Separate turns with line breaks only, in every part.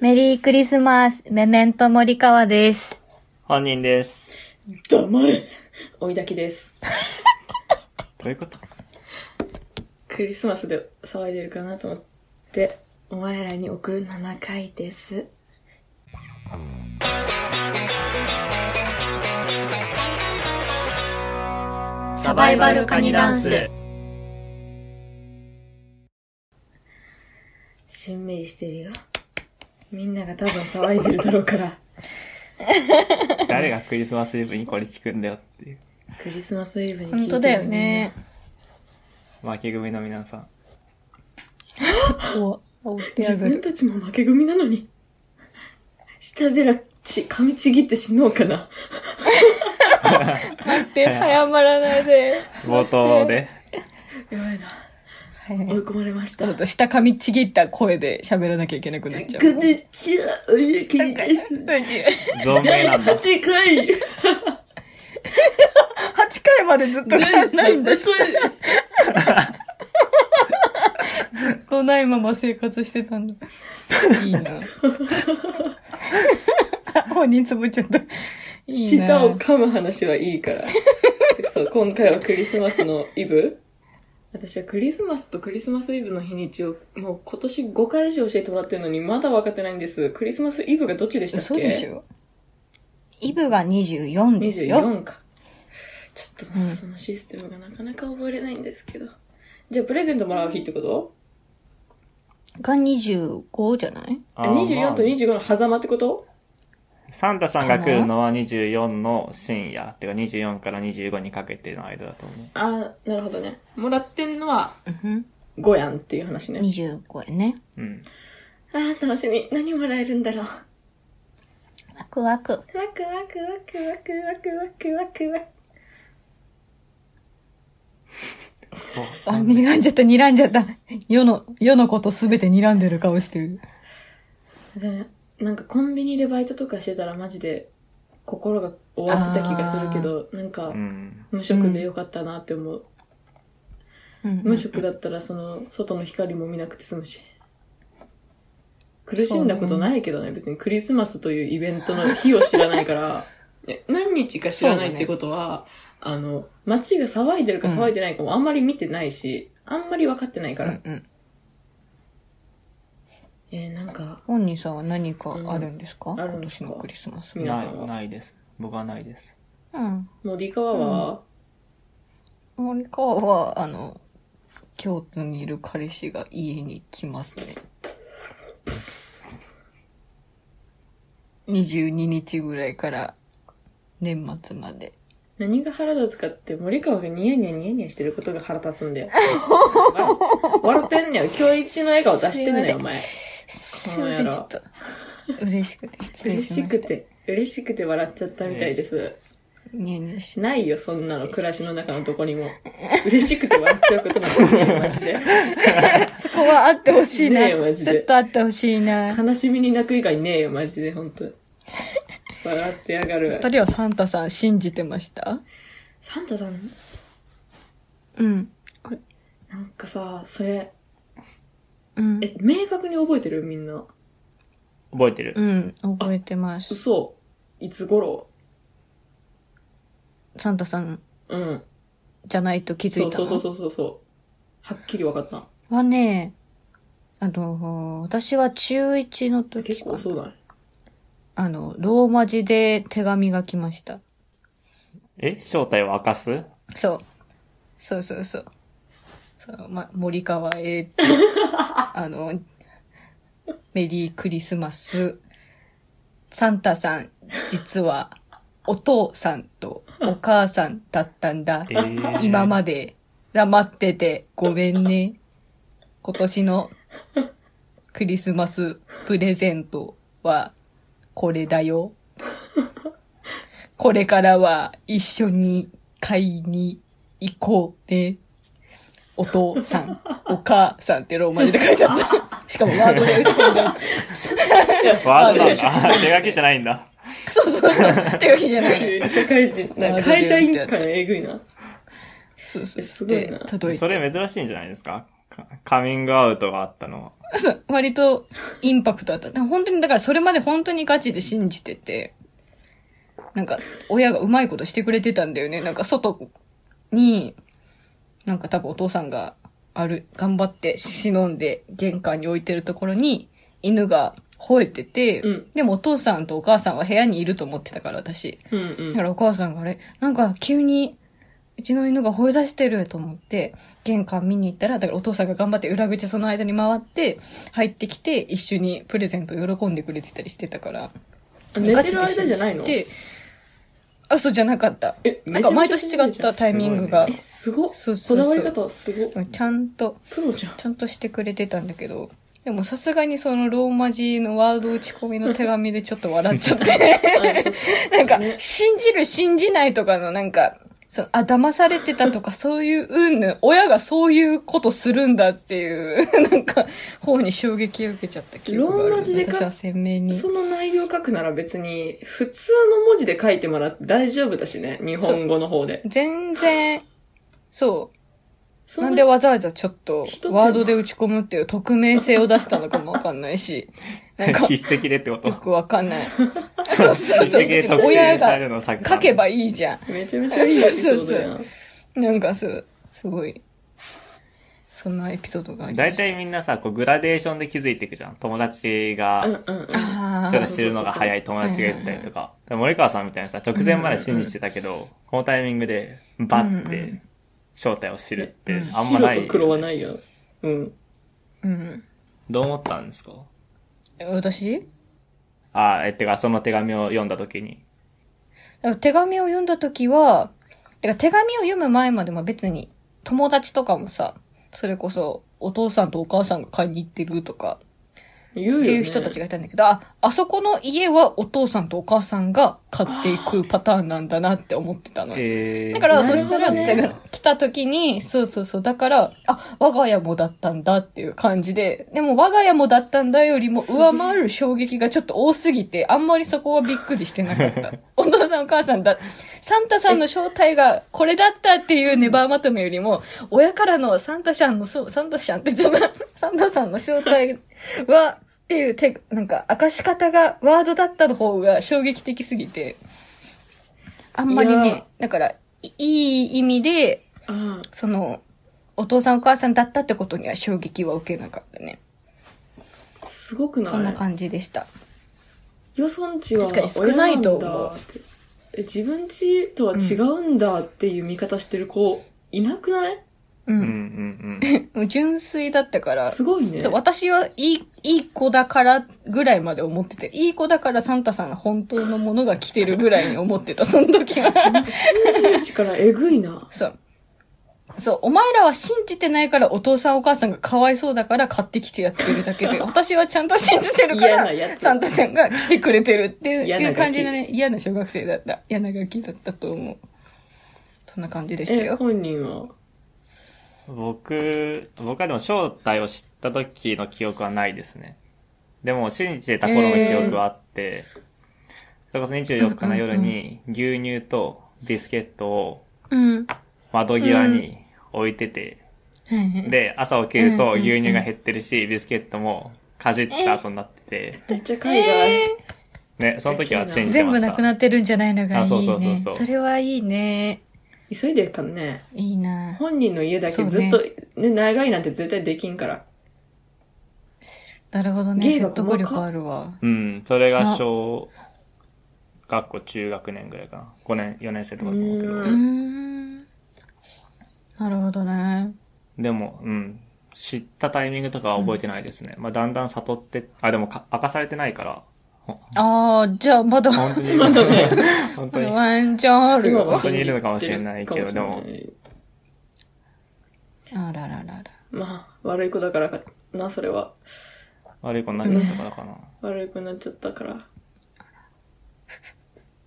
メリークリスマス、メメント森川です。
本人です。
黙れ追いだきです。
どういうこと
クリスマスで騒いでるかなと思って、お前らに送る7回です。
サバイバルカニダンス。
しんみりしてるよ。みんなが多分騒いでるだろう から。
誰がクリスマスイブにこれ聞くんだよっていう。
クリスマスイブに聞いてる
本当だよね。。
負け組の皆さん。
お、お手
自分たちも負け組なのに。下べらち、噛みちぎって死のうかな。
って、早まらないで。
冒頭で。
やばいな。
は
追い
い
込まれました。
下噛みちぎった声で喋らなきゃいけなくなっちゃう。
こんにちは、おゆきです。
存命なん だ。
でかい
8回までずっとないんだし。ずっとないまま生活してたんだ。いいな。本人つぶっちゃった。いいな。
舌を噛む話はいいから。そう、今回はクリスマスのイブ私はクリスマスとクリスマスイブの日にちを、もう今年5回以上教えてもらってるのに、まだ分かってないんです。クリスマスイブがどっちでしたっけ
そうでしょ。
イブが24ですよ。
24か。ちょっとな、そのシステムがなかなか覚えれないんですけど。じゃあ、プレゼントもらう日ってこと
が25じゃない
あー
?24 と
まあ
25の狭間ってこと
サンタさんが来るのは24の深夜。てか24から25にかけての間だと思う。
ああ、なるほどね。もらってんのは
うん。
5やんっていう話ね。
25円ね。
うん。
ああ、楽しみ。何もらえるんだろう。
ワクワク。
ワクワクワクワクワクワクワクワク。
あ、睨んじゃった、睨んじゃった。世の、世のことすべて睨んでる顔してる。
で、なんかコンビニでバイトとかしてたらマジで心が終わってた気がするけど、なんか
うん。
無職でよかったなって思う。
うん
無職だったらその外の光も見なくて済むし。苦しんだことないけどね、別にクリスマスというイベントの日を知らない から、え何日か知らないってことは、あの、街が騒いでるか騒いでないかもあんまり見てないし、あんまり分かってないから。
うんうん
えーなんか、
本人さんは何かあるんですか、
うんある
今
んです
年
か
のクリスマス。
皆
な
さん
い、
は
ないです。僕はないです。
うん。
モディカワは、
森川は、あの、京都にいる彼氏が家に来ますね。22日ぐらいから年末まで。
何が腹立つかって、森川がニヤニヤニヤニヤしてることが腹立つんだ よ。笑ってんねよ。今日一の笑顔出してんねよ、お前。
すいません、ちょっと。嬉しくて、失礼
嬉
し
し
ま
く
した。
て、嬉しくて笑っちゃったみたいです。
ニヤニヤし
ないよ、そんなの、暮らしの中のどこにも。嬉しくて笑っちゃうことなんてねえよマジ で。
そこはあってほしいな。
ねえマジ
ち
で
ょっとあってほしいな。
悲しみに泣く以外ねえよ、マジで、本当に。笑ってやがる
二。人はサンタさん信じてました
サンタさん、
うん。
なんかさ、それ、
うん。
え、明確に覚えてるみんな。
覚えてる。
うん。覚えてます。
嘘。いつ頃
サンタさん
うん。
じゃないと気づいた
そ
の
うそうそうそうそう。はっきり分かった。
はね、あの、私は中1の時
結
かな
構そうだね。
あの、ローマ字で手紙が来ました。
え正体を明かす
そう。そうそうそう。そうま、森川 へ、あの、メリークリスマス。サンタさん、実は、お父さんとお母さんだったんだ。
えー
今まで黙っててごめんね。今年のクリスマスプレゼントはこれだよ。これからは一緒に買いに行こうね。お父 さん、お母さんってローマ字で書いてあった。しかもワードで打ち込んだや つ。
ワードなんだ。あ手書きじゃないんだ。
そう そうそう。手書きじゃない。
急に社会人、なんか会社員感えぐいな。
そうそう。
すごいな
で届いて。
それ珍しいんじゃないですかかカミングアウトがあったのは。
そう 割とインパクトあった。でも本当に、だからそれまで本当にガチで信じてて、なんか、親がうまいことしてくれてたんだよね。なんか、外に、なんか多分お父さんが、ある、頑張って忍んで玄関に置いてるところに、犬が吠えてて、
うん
でもお父さんとお母さんは部屋にいると思ってたから、私。
うん
だからお母さんがあれ、なんか急に、うちの犬が吠え出してると思って、玄関見に行ったら、だからお父さんが頑張って裏口その間に回って、入ってきて、一緒にプレゼント喜んでくれてたりしてたから。
うん。寝てる間じゃないの
ガチで信じてあ、そうじゃなかった。
え
なんか毎年違ったタイミングが。
え、すごっ
そう
こ
そうそう
だわり方すごっ
ちゃんと、
プロじゃん。
ちゃんとしてくれてたんだけど、でもさすがにそのローマ字のワード打ち込みの手紙でちょっと笑っちゃ って。 なんか、信じる信じないとかのなんか、そのあ、騙されてたとかそういう、うんぬん、親がそういうことするんだっていう、 なんか、方に衝撃を受けちゃった記憶がある。
ローマ字でか
私は鮮明に。
その内容書くなら別に、普通の文字で書いてもらって大丈夫だしね。日本語の方で。
全然、そ。
そうの
なんでわざわざちょっと
一手、間
ワードで打ち込むっていう匿名性を出したのかもわかんないし。な んか、
筆跡でってこ
よ
と
くわかんない。そうそうそ
筆
う。
跡で
別に
特定
親
される
が
の先
書けばいいじゃ
めちゃめちゃいいエピソードや
そ
ん。
ん。なんかそう、すごい。そんなエピソードがありま
大
した。
体みんなさ、こうグラデーションで気づいていくじゃん。友達が、
うんうんうん。
あ
それ知るのが早い友達が言ったりとか。で森川さんみたいなさ、直前まで信じてたけど、このタイミングで、バッ
うんう
て、正体を知るって、あんまな
白
い
と。黒はないよ。うん。
あ。うん。
どう思ったんですか
私
ああ、え、てか、その手紙を読んだ時に。
だから手紙を読んだ時は、てか手紙を読む前までも別に友達とかもさ、それこそお父さんとお母さんが買いに行ってるとか
言うよ、ね。
っていう人たちがいたんだけど、あ、あそこの家はお父さんとお母さんが買っていくパターンなんだなって思ってたのよ。
えー
だから、
な
そ
る
し
ほ
た
ど
ら、
ね
だから来た時に、そうそうそう、だから、あ、我が家もだったんだっていう感じで、でも我が家もだったんだよりも上回る衝撃がちょっと多すぎて、あんまりそこはびっくりしてな かった。お父さんお母さんだ、サンタさんの正体がこれだったっていうネバーまとめよりも、親からのサンタさんの、そう、サンタさんって言っちゃった サンタさんの正体は、っていう手、なんか、明かし方が、ワードだったの方が衝撃的すぎて、あんまり
い
ね
や、
だから、いいい意味で、
ああ
その、お父さんお母さんだったってことには衝撃は受けなかったね。
すごくない
そんな感じでした。
予算値は
確かに少ないと思う
親なんだってえ自分ちとは違うんだっていう見方してる子、いなくない
うん。
うんうんうん。
純粋だったから、
すごいね
そう。私はいい、いい子だからぐらいまで思ってて、いい子だからサンタさんの本当のものが来てるぐらいに思ってた、その時は。
信じる力えぐいな。
そう。そう、お前らは信じてないからお父さんお母さんがかわいそうだから買ってきてやってるだ けで、私はちゃんと信じてるか
嫌
ら
なや、つ
サンタさんが来てくれてるっていう
嫌な
いう
ガキ
感じのね、嫌な小学生だった。嫌なガキだったと思う。そんな感じ でした
え、
よ。
本人は。
僕、僕はでも正体を知った時の記憶はないですね。でも、信じてた頃の記憶はあって、それこそ24日の夜に牛乳とビスケットを
うん。
窓際に置いてて、
はいはい
で、朝起きると
うんうんうん
牛乳が減ってるし、ビスケットもかじった後になって
めっちゃ海外。
え
て、ね、その時は信
ー
じて
全
ました。
部なくなってるんじゃないのがいいね。
あそうそうそうそう
それはいいね。
急いでるからね。
いいな。
本人の家だけ
そう
ずっ
ね
と、ね長いなんて絶対できんから。
なるほどね。
芸が
説
細か
得力あるわ。
うん、それが小学校中学年ぐらいかな。5年、4年生とかだと思うけど。
う
うーん。なるほどね。
でも、うん。知ったタイミングとかは覚えてないですね。まあ、だんだん悟って、あ、でもか、明かされてないから、ほ
ああ、じゃあまだ、
本当に、本当に、
ワンチャンある
今
よ。
は
本当にいるのかもしれないけどでも
信じてるかもしれない
あらららら。
まあ、悪い子だからかな、それは。
悪い子になっちゃったからかな。
悪くなっちゃった から。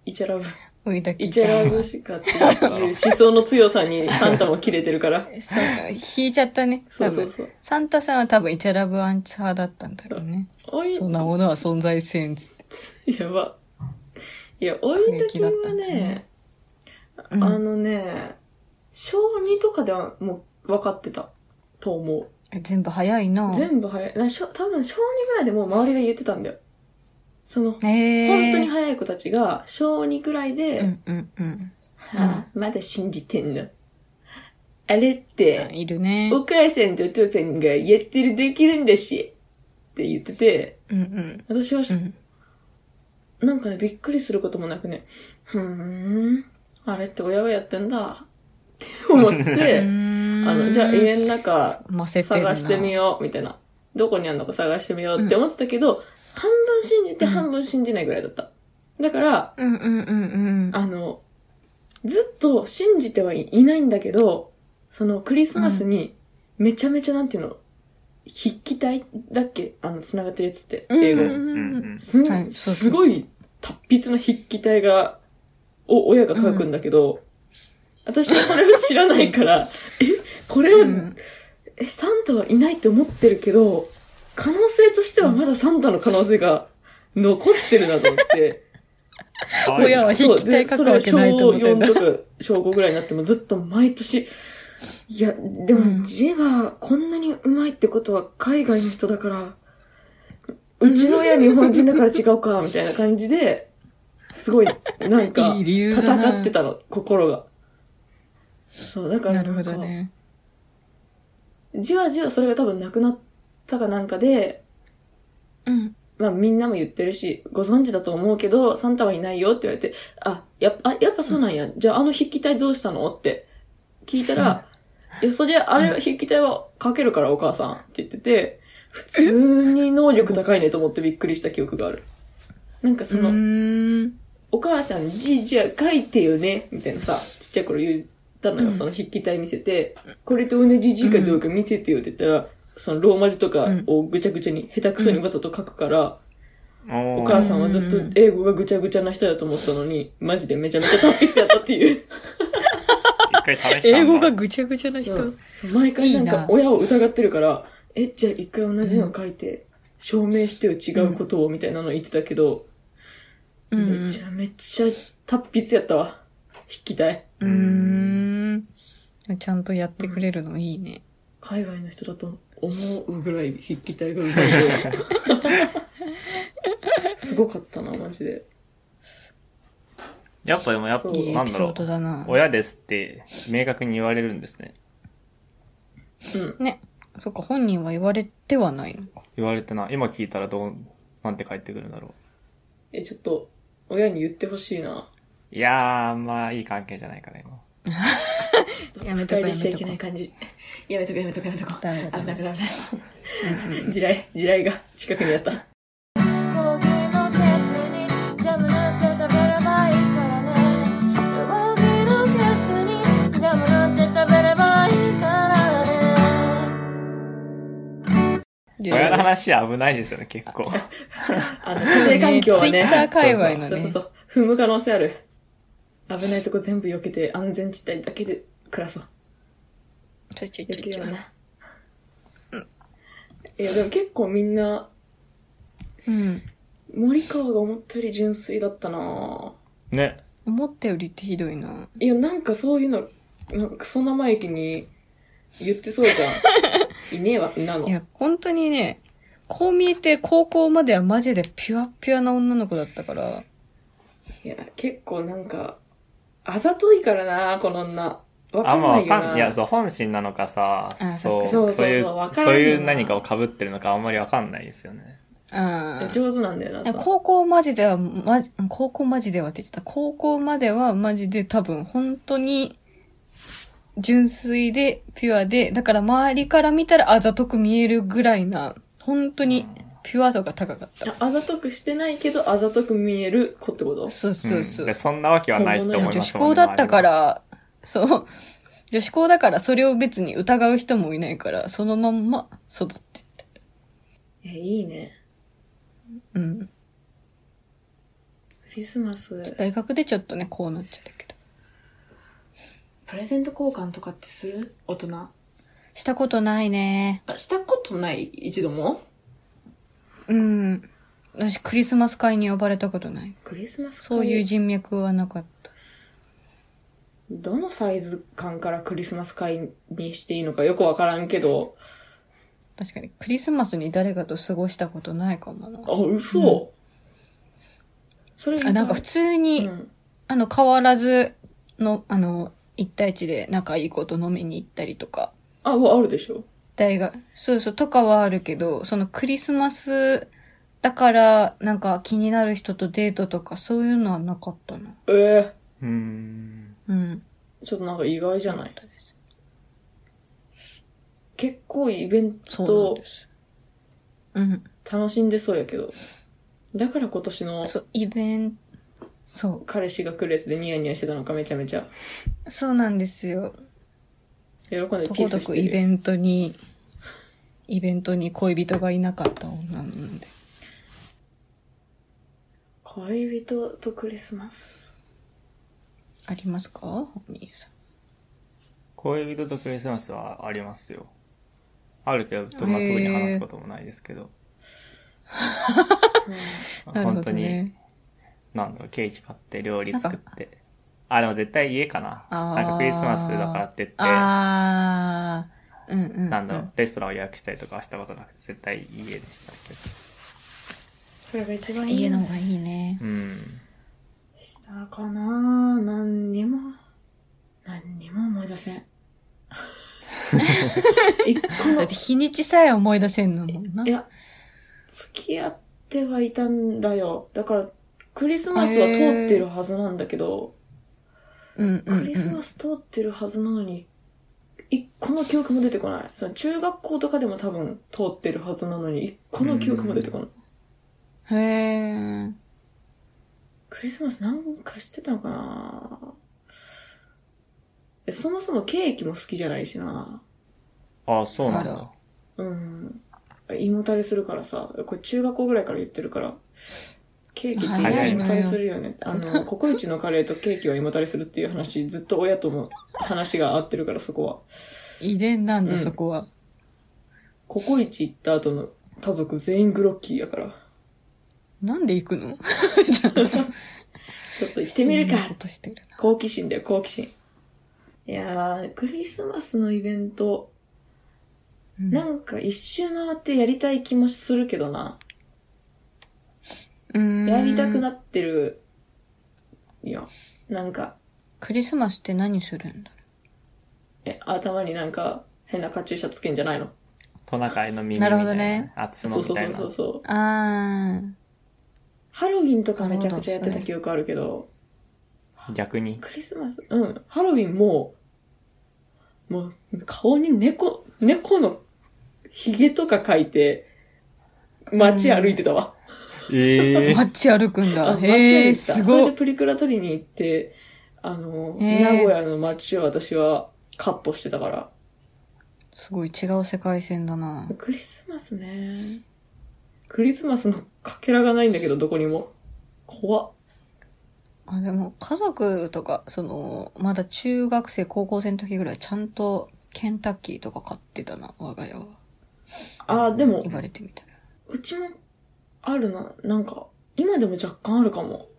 イチャラブ、
おいだ
イ
き
チ
ちゃ
ャ
ん。
ラブしかっていう思想の強さにサンタも切れてる から。
そう、引いちゃったね。
そ
多
うそう
分。
そう。
サンタさんは多分イチャラブアンチ派だったんだろうね。
おい、
んなものは存在せん。
やば。いや、おいだきは
平気だったんだ
ね
ね、
あのね、小2とかではもう分かってたと思う。
え全部早いな。
全部早い。なしょ多分小2ぐらいでもう周りが言ってたんだよ。その、
えー、
本当に早い子たちが、小2くらいで、
うんうんうん。
はあ、まだ信じてんの。あれって、
いるね。
お母さんとお父さんがやってるできるんだし、って言ってて、
うんうん。
私は、
うん、
なんかね、びっくりすることもなくね、ふーん、あれって親がやってんだ、って思っ
う
て、あ
ーん
の、じゃあ家の中、
ませてん
探
な
してみよう、みたいな。どこにあるのか探してみようって思ってたけど、半分信じて半分信じないぐらいだった。だから、
うんうんうんうん。
あの、ずっと信じてはいいないんだけど、そのクリスマスに、めちゃめちゃなんていうの、筆記体だっけあの、繋がってるやつって、英語。
うんうん。
すん
はいそうそう
すごい達筆な筆記体が、を親が書くんだけど、私はそれを知らないから、 え、これを、え、サンタはいないって思ってるけど、可能性としてはまだサンタの可能性が残ってるなと思って、
可愛い
親は
そ
引
う、
き体
で、
書
そ
く
れ
わ
は
け
小
ないと思ってん
4
だ
と。か小5ぐらいになってもずっと毎年、いや、で
うん
も字がこんなにうまいってことは海外の人だから、うちの親日本人だから違うか、みたいな感じで、すごい、なんか、
いい理由だな
戦ってたの、心が。そう、だから
な
な
る
ん
ほ
か、
どね。
じわじわそれが多分なくなったかなんかで、
うん。
まあみんなも言ってるし、ご存知だと思うけど、サンタはいないよって言われて、あ、やっぱ、あやっぱそうなんや。じゃああの筆記体どうしたのって聞いたら、いや、そりゃあれ筆記体は書けるからお母さんって言ってて、普通に能力高いねと思ってびっくりした記憶がある。なんかそうの、
ーん。
お母さん字じゃあ書いてよね、みたいなさ、ちっちゃい頃言ったのよ、
うん
その筆記体見せて、これと同じ字かどうか見せてよって言ったら、そのローマ字とかをぐちゃぐちゃに、下手くそにわざと書くから、
お
お
ー
母さんはずっと英語がぐちゃぐちゃな人だと思ってたのに、マジでめちゃめちゃ達筆だったっていう。
一回試したんだ
英語がぐちゃぐちゃな人。
そう毎回なん
いい
か
な
親を疑ってるから、え、じゃあ一回同じの書いて、証明してよ違うことをみたいなの言ってたけど、
うん
めちゃめちゃ達筆やったわ。引きたい。
うーん。ちゃんとやってくれるのいいね。
海外の人だと思うぐらい筆記体がうまいとすごかったな、マジで。
やっぱでもやっぱ、
そう
いい
な
エ
ん
ピ
だ
ソ
ろ
ード
う。
だな。
親ですって明確に言われるんですね。
うん。
ね。そっか、本人は言われてはないのか。
言われてな。今聞いたらどう、なんて返ってくるんだろ
え、ちょっと、親に言ってほしいな。
う。いやー、あんまいい関係じゃないから今。
やめとこ
不快にしちゃい
やめとこ
けない感じ。やめとこやめとこやめとこ。
ダメだダ
危
メ
ない危ない危ない。地雷、地雷が近くにあった。
講義のケツにジャムなんて食べればいいからね講義のケツにジャムなんて食べればいいからね
で
親の話危ないですよね、結構。
あの、家庭環境はね。
ツイッター界隈の
そうそう
ね
そ。う。踏む可能性ある。危ないとこ全部避けて安全地帯だけで暮らそう。
ちょいちょい
避け
ちょ
よ
いうちょい。
な。いや、でも結構みんな、
うん。
森川が思ったより純粋だったなぁ
ね。
思ったよりってひどいな。
いや、なんかそういうの、なんかクソ生意気に言ってそうじ ゃん。いねえわ、んなの。
いや、本当にね、こう見えて高校まではマジでピュアピュアな女の子だったから、
いや、結構なんか、あざといからな、この女。わ
あ
か
ん
ん
ま
な
わ
いよな。
かん、いや、そう、本心なのかさ、
あ
そう、
そ
そうう
そうそう
いう、
わから
そ
んよな
ういう何かを被ってるのかあんまりわかんないですよね。
あ
上手なんだよな、
あ。
さ
高校マジでは、まじ、高校マジではって言ってた。高校まではマジで多分本当に純粋でピュアで、だから周りから見たらあざとく見えるぐらいな、本当にピュア度が高かった。
あざとくしてないけど、あざとく見える子ってこと
そうそうそ
ん
う。
でそんなわけはないと思い
女
ま
子
すもん
校
ね
だったか。ら、そう。女子校だからそれを別に疑う人もいないから、そのまんま育ってった。
いや、いいね。
うん。
クリスマス、
大学でちょっとね、こうなっちゃったけど。
プレゼント交換とかってする大人。
したことないね。
あ、したことない一度も
うん。私、クリスマス会に呼ばれたことない。
クリスマス
そういう人脈はなかった。
どのサイズ感からクリスマス会にしていいのかよくわからんけど、
確かに、クリスマスに誰かと過ごしたことないかもな。
あ、嘘、それ
あ、なんか普通
通
に、あの、変わらずの、あの、一対一で仲いい子と飲みに行ったりとか、
あ、うわあるでしょ。
大学、そうそう、とかはあるけど、そのクリスマスだから、なんか気になる人とデートとか、そういうのはなかったな。
ええ
うーん。
うん。
ちょっとなんか意外じゃない結構イベン
そうな
ト
んです。うん。
楽しんでそうやけど。だから今年の
そう、イベンそ
彼氏が来るやつでニヤニヤしてたのかめちゃめちゃ。
う。そうなんですよ。
喜んで
と
ピー
こ
スし
と
て
く
る。
イベントに、イベントに恋人がいなかった女なんで。
恋人とクリスマス。
ありますかお兄さん。
恋人とクリスマスはありますよ。あるけど、どんな特に話すこともないですけど。
なるほ
本
ど
当に
ね、。
なんだろう、ケーキ買って、料理作って。あ、でも絶対家かな。
あー
なんかクリスマスだからって言って、
あー。うんうん、うん。
なんだろう、レストランを予約したりとかはしたことなくて、絶対家でしたけど。
それが一番いい。
家の方がいいね。
うん。
したかな何にも、 何にも思い出 せん。一個
だ
も
って日にちさえ思い出せんのもんな。
いや、付き合ってはいたんだよ。だから、クリスマスは通ってるはずなんだけど、
うんうん、うん。
クリスマ
ス
ス通ってるはずなのに、一個の記憶も出てこない。その中学校とかでも多分通ってるはずなのに、一個の記憶も出てこない。
へー。
クリスマスなんかしてたのかなえそもそもケーキも好きじゃないしな。
あ、そうなん
あら
だ。
うん。胃もたれするからさ、これ中学校ぐらいから言ってるから、ケーキって
早
胃
い
も
な
たれするよね。あ の、ココイチのカレーとケーキは胃もたれするっていう話、ずっと親とも話が合ってるからそこは。
遺伝なんだ、
うん
そこは。
ココイチ行った後の家族全員グロッキーやから、
なんで行くの行っ
ちょっと行ってみるか
ことしてるな。
好奇心だよ、好奇心。いやー、クリスマスのイベント、
うん
なんか一周回ってやりたい気もするけどな。
うーん
やりたくなってるよ。なんか、
クリスマスって何するんだ
え、頭になんか変なカチューシャつけんじゃないの
トナカイの耳みた
ない
な。
るほどね
厚
そ
の
う
み
そう
た
そ
いうな
そ。うそう。
あー。
ハロウィンとかめちゃくちゃやってた
なるほど
記憶あるけど、
逆 に。
クリスマス、うん、ハロウィンもう、もう顔に猫、猫の髭とか描いて、街歩いてたわ。
ええ
街歩くん
あ
だ。
街歩い
へ
て
ー、
た。
す
そ
ご
れ
い
で。プリクラ取りに行って、あの、
へー
名古屋の街を私は、カッポしてたから。
すごい違う世界線だな。
クリスマスね。クリスマスのかけらがないんだけど、どこにも。怖っ。
あ、でも、家族とか、その、まだ中学生、高校生の時ぐらい、ちゃんと、ケンタッキーとか買ってたな、我が家は。
あー、でも
言、われてみたら。
うちもあるな、なんか、今でも若干あるかも。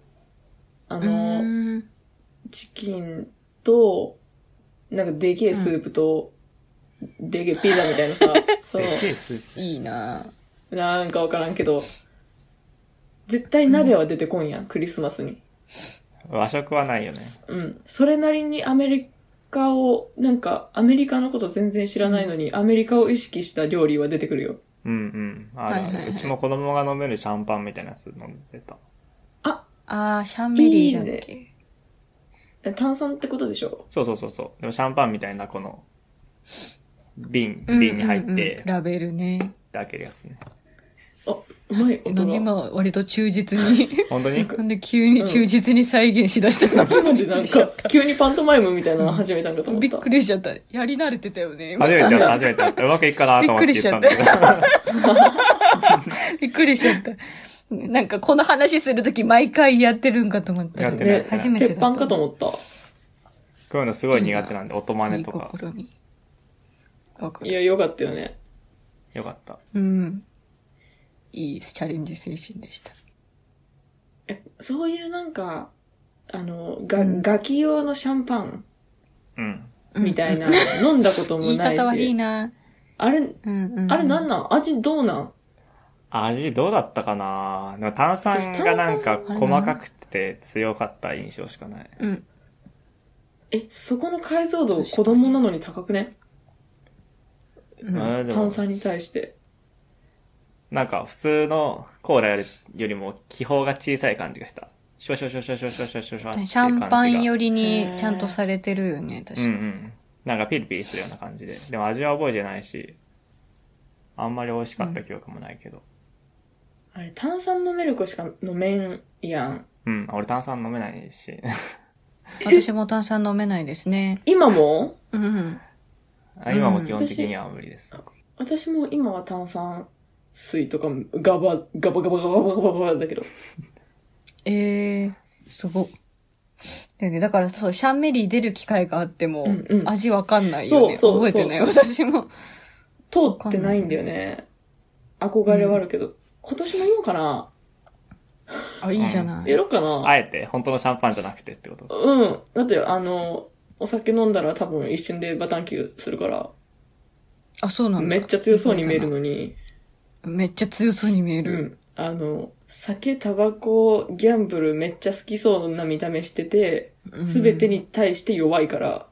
あ
う
の、
ーん。
チキンと、なんかでけえスープと、でけえピザみたいなさ、そ
ー。
う
で、けえスープ。
いいなぁ
なんかわからんけど、絶対鍋は出てこんやん、クリスマスに。
和食はないよね。
うん。それなりにアメリカを、なんか、アメリカのこと全然知らないのに、アメリカを意識した料理は出てくるよ。
うんうん。あるあ
はいはいは
る。
いう
ちも子供が飲めるシャンパンみたいなやつ飲んでた。
あー、シャンメリーだっけ。
炭酸ってことでしょ
そうそうそうそう。でもシャンパンみたいなこの、瓶、
うんうんうん
瓶に入って、
ラベルね。
開けるやつね。
あ、うまい音
な
が。
んで今、割と忠 実に、
本当に
なんで急に忠実に再現しだしたの、
なんでなんか、急にパントマイムみたいなの始めたんかと思っ。
びったくりしちゃった。やり慣れてたよね。
初めてやった、初めてやった。うまくいくかなと思って言ったんだけど。
びっくりしちゃった。なんかこの話するとき毎回やってるんかと思ったら。
やってない
ね、
初めてだ
鉄
った
板かと思った。
こういうのすごい苦手なんで、音真
い
似
い
とか。
試み。わか
い
る。
や、よかったよね。
よかった。
うん。いいチャレンジ精神でした。
えそういうなんか、あの、が、
うん
ガキ用のシャンパン
うん。
うん
みたいな、飲んだことも
言い
ないし。
方悪いな
あれ、
うんうん。
あれなんなん味どうなん
味どうだったかなでも炭酸がなんか
私炭酸
細かくて強かった印象しかない。
うん。
え、そこの解像度子供なのに高くね
うん
あれでも
炭酸に対して。
なんか普通のコーラよりよりも気泡が小さい感じがした。シュワシュワシュワシュワシュワシュワシュワシュワっていう感じ
シャン
が
パン寄りにちゃんとされてるよ
う
ね、確
んう
か
ん。なんかピリピリするような感じで。でも味は覚えてないし、あんまり美味しかった記憶もないけど。
あれ、炭酸飲める子しか飲めんやん。
うん、俺炭酸飲めないし。
私も炭酸飲めないですね。
今も
うんうん。
今も基本的には無理です。
私も今は炭酸水とかガバ、ガバガバガバガバガバだけど。
ええー、すごっ。だよね。だから、そう、シャンメリー出る機会があっても、
うんうん
味わかんないよね。
そうそう
覚えてない。
そう
私も。
通ってないんだよね。憧れはあるけど。今年もようかな
あ、いいじゃない。
やろうかな
あえて、本当のシャンパンじゃなくてってこと。
うん。だって、あの、お酒飲んだら多分一瞬でバタンキューするから、
あ、そうなんだ。
めっちゃ強そうに見えるのに、
めっちゃ強そうに見え
う
る。
ん。あの、酒、タバコ、ギャンブルめっちゃ好きそうな見た目してて、すべてに対して弱いから、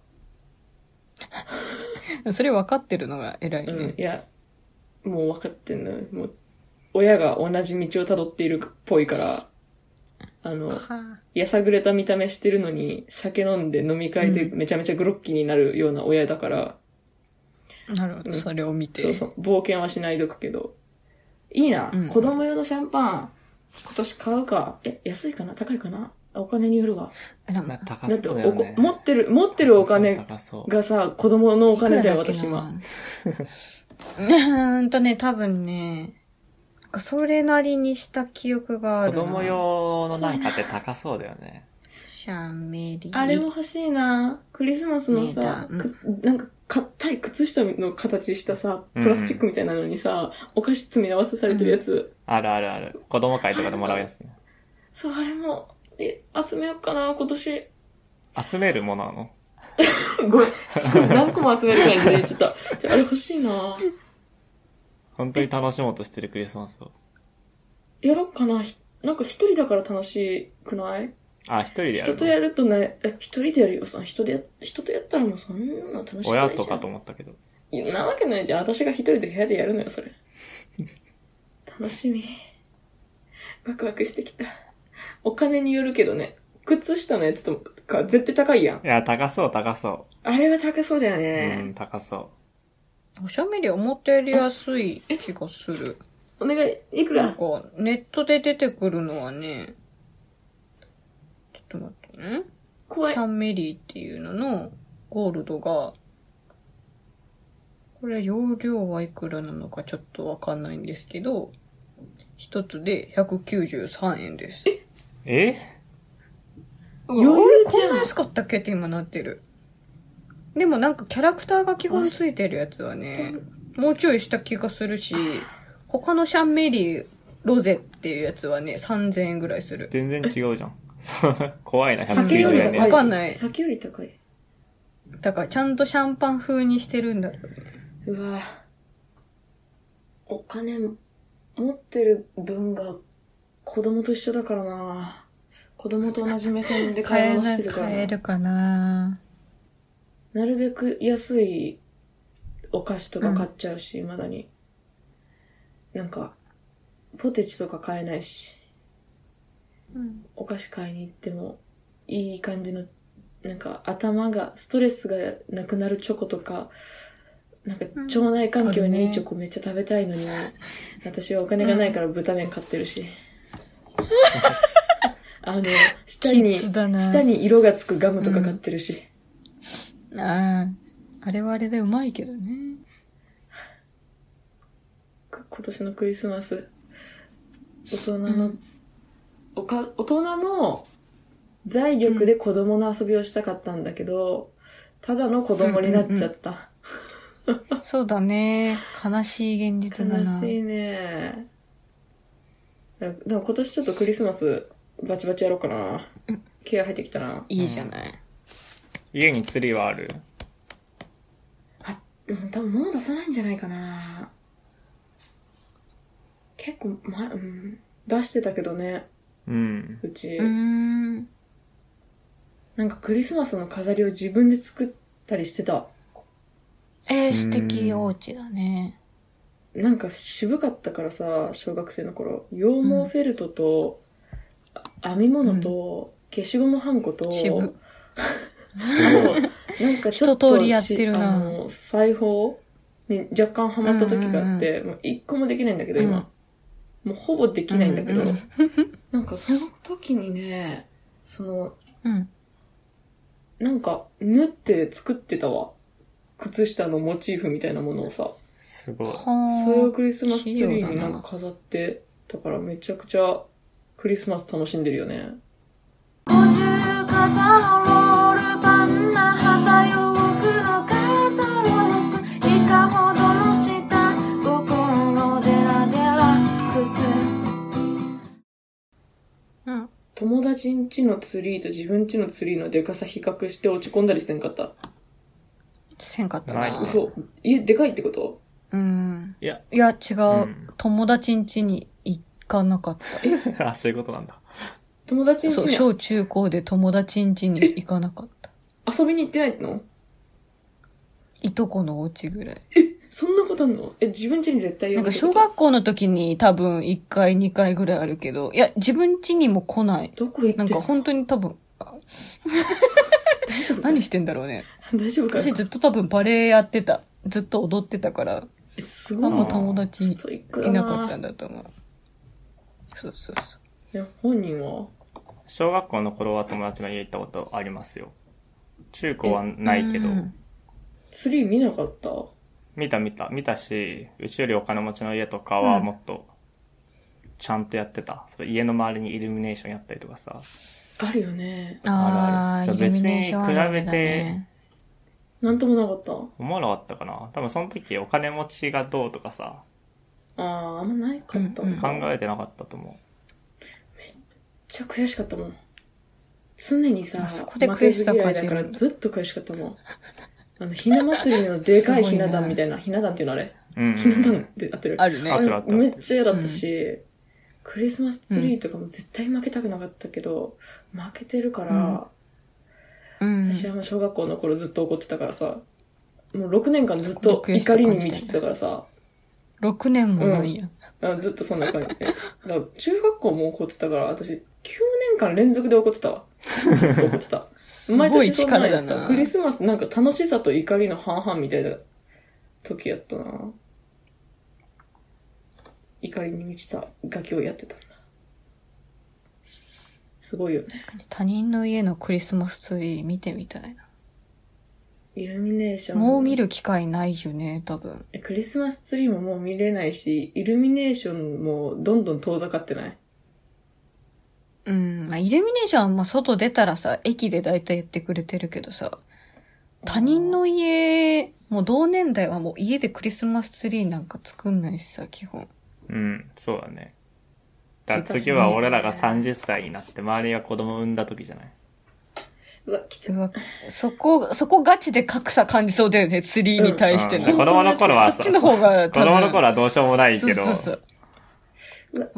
それ分かってるのが偉いね。
うん、いや、もう分かってんのよ。もう、親が同じ道をたどっているっぽいから、あの、やさぐれた見た目してるのに、酒飲んで飲み会でめちゃめちゃグロッキーになるような親だから、
なるほど、
うん
それを見て。
そうそう、冒険はしないどくけど。いいな、
うん
子供用のシャンパン、今年買うか。え、安いかな高いかなあお金によるわ。
あでも
な高
だって
そ
お
う
こ、
だよね。
持ってる、持ってるお金
高そう。
がさ、子供のお
いく
金
ら
だよ、
っけな
私は。。
うーんとね、多分ね、なんかそれなりにした記憶があ
子
るな。
供用のなんかって高そうだよね。
シャンメリー。
あれも欲しいなクリスマスのさ、
ねえだ
くなんか、硬い靴下の形したさ、
うん
プラスチックみたいなのにさ、お菓子詰め合わせされてるやつ。
あるあるある。子供会とかでもらうやつね。
そう、あれも、え、集めようかな今年。
集めるものなの
ごめん、何個も集める 感じで、ちょっと、ちょあれ欲しいな
本当に楽しもうとしてるクリスマスを。
やろうかなひなんか一人だから楽しくない
あ、一人でや
人
る
と
の
やるとね、え、一人でやるよ、さ、人でや、人とやったらもうそんなの楽しくないじゃん。
親とかと思ったけど。
いやなわけないじゃん。私が一人で部屋でやるのよ、それ。楽しみ。ワクワクしてきた。お金によるけどね。靴下のやつとか絶対高いやん。
いや、高そう、高そ
あれは高そうだよ
う。うん、
ね。
高そ
シャンメリー思ったより安い気がする。
お願い、いく
なん
ら
か、ネットで出てくるのはね、ちょっと待ってね。
怖い
シ。ャンメリーっていうののゴールドが、これ容量はいくらなのかちょっとわかんないんですけど、一つで193円です。え
う。え
余裕じゃん
こんな安かったっけって今なってる。でもなんかキャラクターが基本ついてるやつはね、もうちょいした気がするし、他のシャンメリーロゼっていうやつはね、3000円ぐらいする。
全然違うじゃん。 そう怖いな、
酒より
190円
高い。
わ
で。
かんない
酒より高い。
だからちゃんとシャンパン風にしてるんだろうね。
うわお金持ってる分が子供と一緒だからな子供と同じ目線で買い物してるからな
かな
なるべく安いお菓子とか買っちゃうし、未だに。なんか、ポテチとか買えないし、お菓子買いに行っても、いい感じの、なんか頭が、ストレスがなくなるチョコとか、なんか腸内環境にいいチョコめっちゃ食べたいの に、私はお金がないから豚麺買ってるし。 あの、下に、
キッズだな
下に色がつくガムとか買ってるし。
ああ。あれはあれでうまいけどね。
か今年のクリスマス大人の、おか大人の財力で子供の遊びをしたかったんだけど、ただの子供になっちゃった、
そうだね。悲しい現実だな。
悲しいねだでも今年ちょっとクリスマスバチバチやろうかなケア入ってきたない
いじゃない。
家に釣りはある
でも多分もう出さないんじゃないかな。結構、ま、うん。出してたけどね、
うん。
うち。
うん。
なんかクリスマスの飾りを自分で作ったりしてた。
えー、素敵お家だね。
なんか渋かったからさ、小学生の頃。羊毛フェルトと、あ編み物と、消しゴムはんこと、
渋
なんかちょっと
一通りやってるな
しあの裁縫に若干ハマった時があって、もう一個もできないんだけど、今。もうほぼできないんだけど、
うんうん
なんかその時にね、その、
うん。
なんか縫って作ってたわ。靴下のモチーフみたいなものをさ。
すごい。
は
それをクリスマスツリ
器
ー
用だ
に
な
なんか飾って、だからめちゃくちゃクリスマス楽しんでるよね。
五十肩のロールパンナ旗よくのカタロスいかほどの下心デラデラくす
うん。
友達ん家のツリーと自分家のツリーのでかさ比較して落ち込んだりしてんかった。
せんかった
ない
な。
嘘。家でかいってこと
うん。
いや、
いや、違う。
うん
友達ん家に行かなかった。
あ、そういうことなんだ。
友達ん家
そう、
に
小中高で友達ん家に行かなかった。
遊びに行ってないの
いとこのお家ぐらい。
そんなことあんのえ、自分家に絶対
な
呼
ん
ぶ
か
って
小
こと
学校の時に多分1回2回ぐらいあるけど、いや、自分家にも来ない。
どこ行って
なんか本当に多分、あ何してんだろうね。
大丈夫か
私ずっと多分バレエやってた。ずっと踊ってたから、
えす
あ
ごいな
んま友達
ストイックだ
いなかったん
だ。
だと思う。そうそうそ
い
う。
や、本人は
小学校の頃は友達の家行ったことありますよ。中高はないけど
う、ん
ツリー見なかった
見た見た、見たし、うちよりお金持ちの家とかはもっと、ちゃんとやってた。それ家の周りにイルミネーションやったりとかさ。
あるよね。
あ
あるあ
ー、
る
イルミネーションはダメだね。
なんともなかった
思わなかったかな多分その時お金持ちがどうとかさ、
ああ、あんまないかった
うん
ん
うん
考
だ。めっ
えてなかったと思
ちゃ悔しかったもん。常にさ、
あそこで悔しさ
負け
感
ず嫌
じる
いだからずっと悔しかったもん。あの、ひな祭りのでかい
すご
ひ
いな
な壇みたいな、ひな壇っていうのあれ
う。うん、うん。
ひな壇 って合ってる
あるね
合ってる合ってる
めっちゃ嫌だったし、クリスマスツリーとかも絶対負けたくなかったけど、負けてるから、
うん。
私はもう小学校の頃ずっと怒ってたからさ、もう6年間ずっ
そ
と
こで悔しさ
怒
感
り
じた
に
んだ
満ちてたからさ、
6年もないや。
あずっとそんな感じで。だから中学校も怒ってたから、私、9年間連続で怒ってたわ。ずっと怒ってた。
すごい力だ
毎年そんんやっ
な
たク。リスマスなんか楽しさと怒りの半々みたいな時やったな。怒りに満ちたガキをやってたんだ。すごいよね。
他人の家のクリスマスツリー見てみたいな。
イルミネーション。
もう見る機会ないよね、多分。
え。クリスマスツリーももう見れないし、イルミネーションもどんどん遠ざかってない。
うん。まあ、イルミネーションはまあ外出たらさ、駅で大体やってくれてるけどさ、他人の家、もう同年代はもう家でクリスマスツリーなんか作んないしさ、基本。
うん、そうだね。だから次は俺らが30歳になって、周りが子供産んだ時じゃないう
わ、きついう
わ、そこ、そこガチで格差感じそうだよね、ツリーに対して
うん
の。
子供の頃はさ、
そっちの方が
子
多分
供の頃はどうしようもない
そう
けど、
そうそう。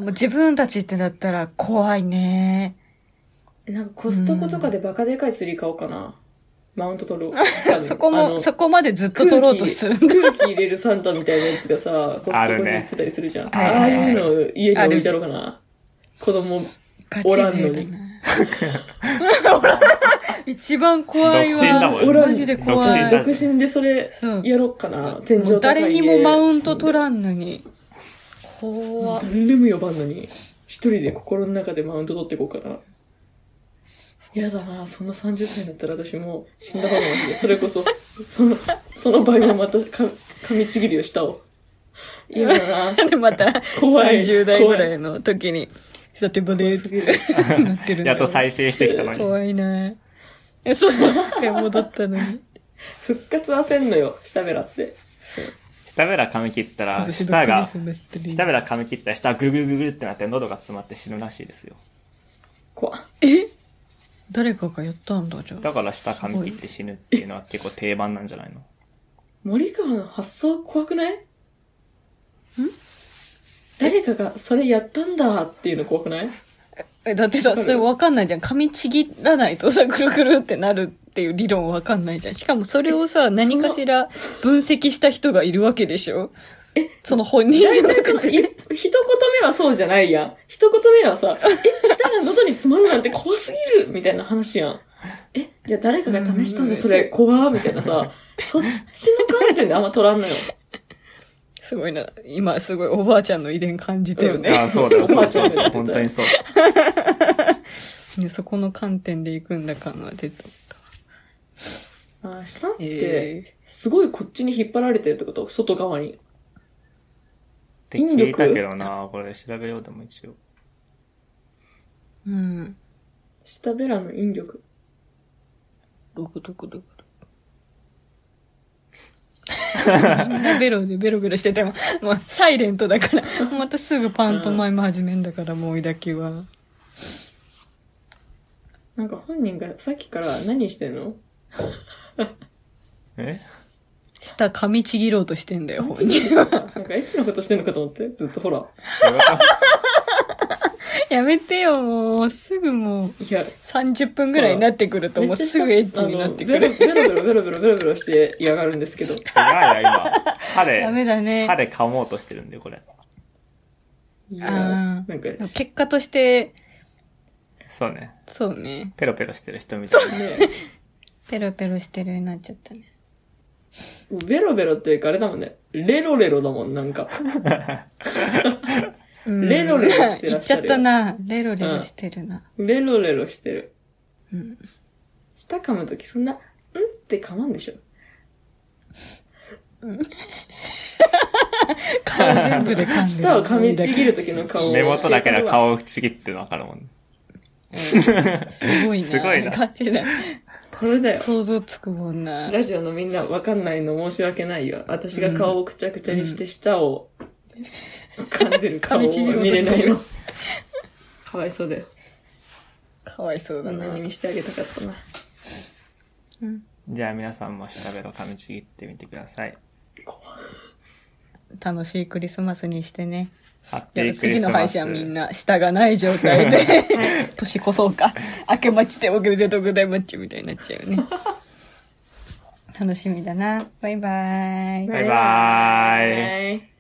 もう自分たちってなったら怖いね。
なんかコストコとかでバカでかい釣り買おうかな。マウント 取る。あの
そこ
あの
も、そこまでずっと取ろうとするんだ。
空気入れるサンタみたいなやつがさ、コス
あ
トコ
る
に
ね
売ってたりするじゃん。あ,、
はい
あ
はいはい
いうのを家に置いたろうかな。子供、
ガ
おら
チ
んの
勢
に
だな。一番怖い
独身だも
わ。
んね
おらん
マジで怖
独
い。
身だ
独身でそれ
そう
やろうかな。天井高い家
誰にもマウント取
ん。
らんのに。怖
誰も呼ばんのに、一人で心の中でマウント取っていこうかな。やだなそんな30歳になったら私もう死んだ方がいいで、それこそ、その、その場合もまたか噛みちぎりをした を。嫌だな
で、また、
怖い
30代ぐらいの時に、久手ぶりっ
怖
て
すぎる。
なってるんだ
やっ
よ
と。再生してきたのに。
怖いなえ、そうそう。一回戻ったのに。
復活はせんのよ、下べらって。
下べら噛み切ったら、舌が、
クリスマスツリー
下べら噛み切ったら舌がぐるぐるぐるぐるってなって喉が詰まって死ぬらしいですよ。
怖っ
誰かがやったんだ、じゃあ。
だから舌噛み切って死ぬっていうのは結構定番なんじゃないの
森川の発想怖くないん誰かがそれやったんだっていうの怖くない
えだってさ、それわかんないじゃん。髪ちぎらないとさ、くるくるってなるっていう理論わかんないじゃん。しかもそれをさ、何かしら分析した人がいるわけでしょえその本人じ
大
ゃな
体その
く
い
て。
一言目はそうじゃないやん。一言目はさ、え、舌が喉に詰まるなんて怖すぎるみたいな話やん。え、じゃあ誰かが試したんだ、それ怖みたいなさ、そっちの観点であんま取らんのよ。
すごいな。今すごいおばあちゃんの遺伝感じたよね。
ああ、そうだよ、そうだそうだよ、本当にそう。
いやそこの観点で行くんだ感が出た。
あ、舌っ
え
て、すごいこっちに引っ張られてるってこと外側に。
って聞いたけどな、これ調べようでも一応。
うん。
舌ベラの引力。
どこどこどこベロでベロベロしてても、もうサイレントだから、またすぐパントマイム始めんだから、もういだきは。
なんか本人がさっきから何してん の
え
舌噛みちぎろうとしてんだよ、本人。
なんかエッチなことしてんのかと思って、ずっとほら。
やめてよ、もう。すぐもう、
いや、
30分ぐらいになってくると、もうすぐエッチになってくる。
る。ベロベロベロベロベロベロして嫌がるんですけど。
やばいな、今。歯で、
ダメだ
歯
ね。
で噛もうとしてるんで、これ。
いや
あー
なんか、ね、
結果として、
そうね。
そうね。
ペロペロしてる人みたいな。
ペロペロしてるようになっちゃったね。
ベロベロっていうかあれだもんね。レロレロだもん、なんか。
うん
レロレロして
言
ら
っ
っ
ち
しゃ
ゃっ
る
たな。レロレロしてるな。
レロレロしてる。舌噛むときそんな、んって噛まんでしょ。
顔全部で噛んでる。
舌を噛みちぎるときの顔を
根元だけで顔をちぎってわかるもん。
すごいな。
すごいな
感じだ。
これだよ。
想像つくもんな。
ラジオのみんなわかんないの申し訳ないよ。私が顔をくちゃくちゃにして舌を噛んでる顔を
噛みちぎろうと
見れないの。かわいそうだよ。
かわいそうだ
こん
な
な。に見してあげたかったな。
じゃあ皆さんも下ベロ噛みちぎってみてください。
楽しいクリスマスにしてね。
ハッピ
やる
ークリ
次
ス
の
マ
配
ス。
信はみんな舌がない状 態で年越そうか明け待ちでおめでとうございまっちみたいになっちゃ うよね楽しみだなバイバイ
バイバーイ。
はい